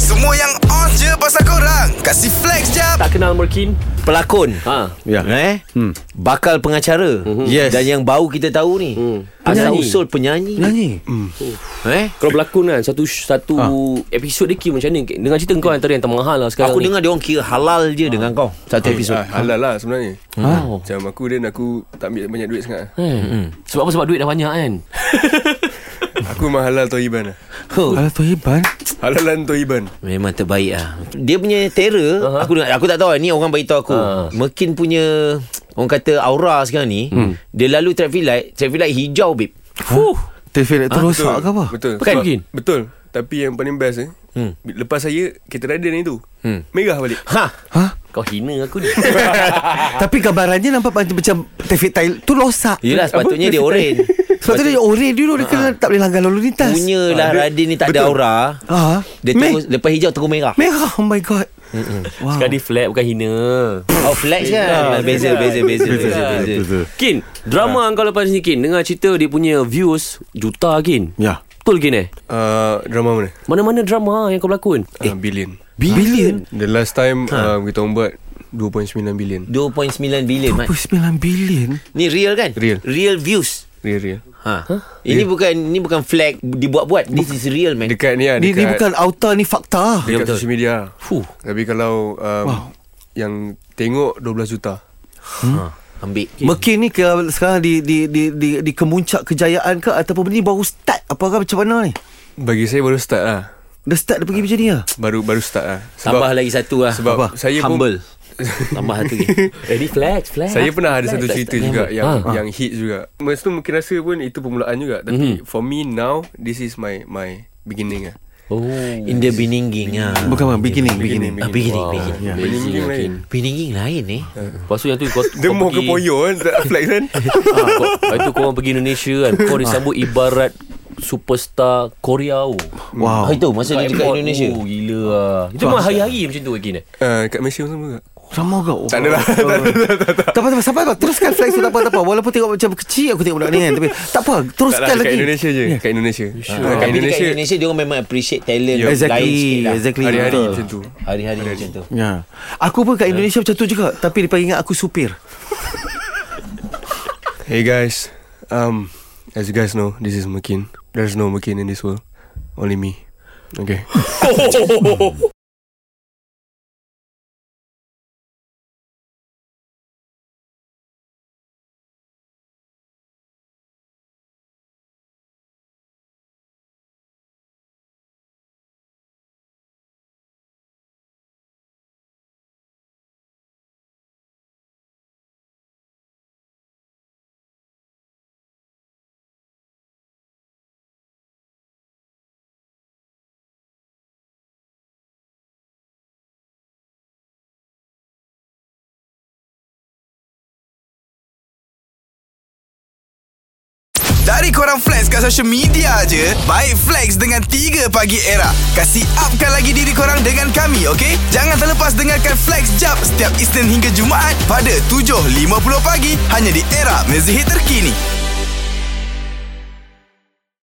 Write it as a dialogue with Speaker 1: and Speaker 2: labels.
Speaker 1: Semua yang on je pasal korang Kasih flex jap
Speaker 2: Tak kenal Merkin
Speaker 3: Pelakon
Speaker 2: Ha.
Speaker 3: Ya. Eh? Hmm. Bakal pengacara.
Speaker 2: Yes.
Speaker 3: Dan yang baru kita tahu ni. Asal
Speaker 2: Penyanyi.
Speaker 3: usul penyanyi.
Speaker 4: Nyanyi
Speaker 3: Eh?
Speaker 2: Kalau berlakon kan Satu satu ha. episod dia kira macam ni Dengan cerita kau antara yang termahal lah sekarang
Speaker 3: Aku
Speaker 2: ni
Speaker 3: dengar dia orang kira halal je dengan kau satu episod.
Speaker 5: ah, Halal lah sebenarnya
Speaker 2: Wow.
Speaker 5: Macam aku dan aku tak ambil banyak duit sangat
Speaker 2: Eh, Sebab apa? Sebab duit dah banyak kan
Speaker 5: Aku memang halal toiban lah
Speaker 3: Huh.
Speaker 4: Alah tu hebat
Speaker 5: Halalan toiban
Speaker 3: Memang terbaik lah. Dia punya terror uh-huh. aku dengar- aku tak tahu lah. ni orang beritahu aku.
Speaker 2: Ah.
Speaker 3: Uh. Mekin punya orang kata aura sekarang ni hmm. dia lalu traffic light, traffic light hijau babe.
Speaker 2: Fuh
Speaker 4: Telefon tu rosak ke apa
Speaker 5: Betul
Speaker 2: Bukan
Speaker 5: Sebab-
Speaker 2: mungkin.
Speaker 5: Betul Tapi yang paling best eh
Speaker 3: Hmm.
Speaker 5: Lepas saya Kereta rider ni tu
Speaker 3: Hmm.
Speaker 5: Merah balik
Speaker 3: Ha.
Speaker 2: Kau hina aku ni
Speaker 4: Tapi gambarannya nampak macam macam Telefon tail tu rosak
Speaker 3: Yelah sepatutnya dia oren.
Speaker 4: Sebab tu dia orange dulu Dia kena tak boleh langgar lalu lintas
Speaker 3: Punya lah Radin ni tak ada aura.
Speaker 4: Ah,
Speaker 3: Dia
Speaker 4: Meh.
Speaker 3: terus lepas hijau terus merah.
Speaker 4: Merah Oh my god Wow
Speaker 2: Sekarang dia flat bukan hina
Speaker 3: Oh flex kan. Beza beza beza beza beza.
Speaker 2: Kin Drama kau lepas ni Kin Dengar cerita dia punya views Juta Kin
Speaker 4: Ya
Speaker 2: Betul Kin eh
Speaker 5: uh, Drama mana?
Speaker 2: Mana-mana drama yang kau berlakon
Speaker 5: Eh. Uh, billion
Speaker 4: Bilion
Speaker 5: The last time ha. uh, Kita orang buat 2.9 billion
Speaker 3: 2.9 bilion Mat.
Speaker 4: 9 bilion
Speaker 3: Ni real kan?
Speaker 5: Real.
Speaker 3: Real views.
Speaker 5: Real real
Speaker 3: Ha. Ini bukan ini bukan flag dibuat-buat. This is real man.
Speaker 5: Dekat ni lah Dekat,
Speaker 4: Ni, ni bukan auta ni fakta
Speaker 5: dekat social media lah.
Speaker 2: Fuh
Speaker 5: Tapi kalau um, wow. Yang tengok 12 juta
Speaker 3: Ha. Ambil.
Speaker 4: Mekin ni ke, sekarang di, di, di, di, di kemuncak kejayaan ke Ataupun ni baru start Apakah macam mana ni
Speaker 5: Bagi saya baru start lah
Speaker 4: Dah start dia pergi macam ni lah
Speaker 5: Baru baru start lah Sebab
Speaker 3: Tambah lagi satu lah.
Speaker 5: sebab
Speaker 4: Apa?
Speaker 5: saya pun-
Speaker 3: humble. Tambah satu lagi.
Speaker 2: Eh ni flex flex
Speaker 3: lah.
Speaker 5: Saya pernah ada satu cerita juga yang
Speaker 2: Ha.
Speaker 5: ha. yang hit juga. Masa tu mungkin rasa pun itu permulaan juga tapi mm-hmm. for me now this is my my beginning ah.
Speaker 2: Oh
Speaker 3: In the beninging ah.
Speaker 4: Bukan bang, beginning, beginning.
Speaker 3: Ah, beginning,
Speaker 2: Wow.
Speaker 3: beginning.
Speaker 5: Yeah. Beginning
Speaker 2: Amazing, ya,
Speaker 5: lain.
Speaker 3: Beninging lain eh.
Speaker 2: Lepas tu yang tu kau,
Speaker 5: Dia
Speaker 2: kau
Speaker 5: mau ke
Speaker 2: pergi-
Speaker 5: poyo kan tak flex kan.
Speaker 2: ha, kau, Lepas tu korang pergi Indonesia kan Kau disambut ibarat Superstar Korea oh.
Speaker 3: Wow. Itu masa dia dekat
Speaker 2: Airport,
Speaker 3: Indonesia.
Speaker 2: oh, Gila lah Itu memang hari-hari macam tu Akin eh
Speaker 5: Uh, kat Malaysia pun sama ke?
Speaker 4: Sama ke? Oh.
Speaker 5: Tak ada lah.
Speaker 4: Tak apa, tak apa, sabar, sabar. Teruskan flex tu tak apa, tak apa. Walaupun tengok macam kecil aku tengok budak ni kan. Tapi tak apa,
Speaker 5: Tak
Speaker 4: teruskan
Speaker 5: lah, dekat
Speaker 4: lagi.
Speaker 5: Indonesia je. Kat Indonesia. Ha,
Speaker 3: Ah,
Speaker 5: kat
Speaker 3: Tapi dekat
Speaker 5: Indonesia
Speaker 3: Indonesia dia orang memang appreciate talent lain
Speaker 5: Yeah.
Speaker 3: sikit
Speaker 4: Exactly,
Speaker 3: lah.
Speaker 4: exactly.
Speaker 5: hari-hari
Speaker 4: Betul.
Speaker 5: macam tu.
Speaker 3: Hari-hari macam tu.
Speaker 4: Ya. Aku pun kat Indonesia macam tu juga, tapi dia panggil ingat aku supir.
Speaker 5: Hey guys. Um as you guys know, this is Makin. There's no Makin in this world. Only me. Okay.
Speaker 1: Dari korang flex kat social media je Baik flex dengan 3 pagi era Kasih upkan lagi diri korang dengan kami okay? Jangan terlepas dengarkan flex jap Setiap Isnin hingga Jumaat Pada 7.50 pagi Hanya di era mezihit terkini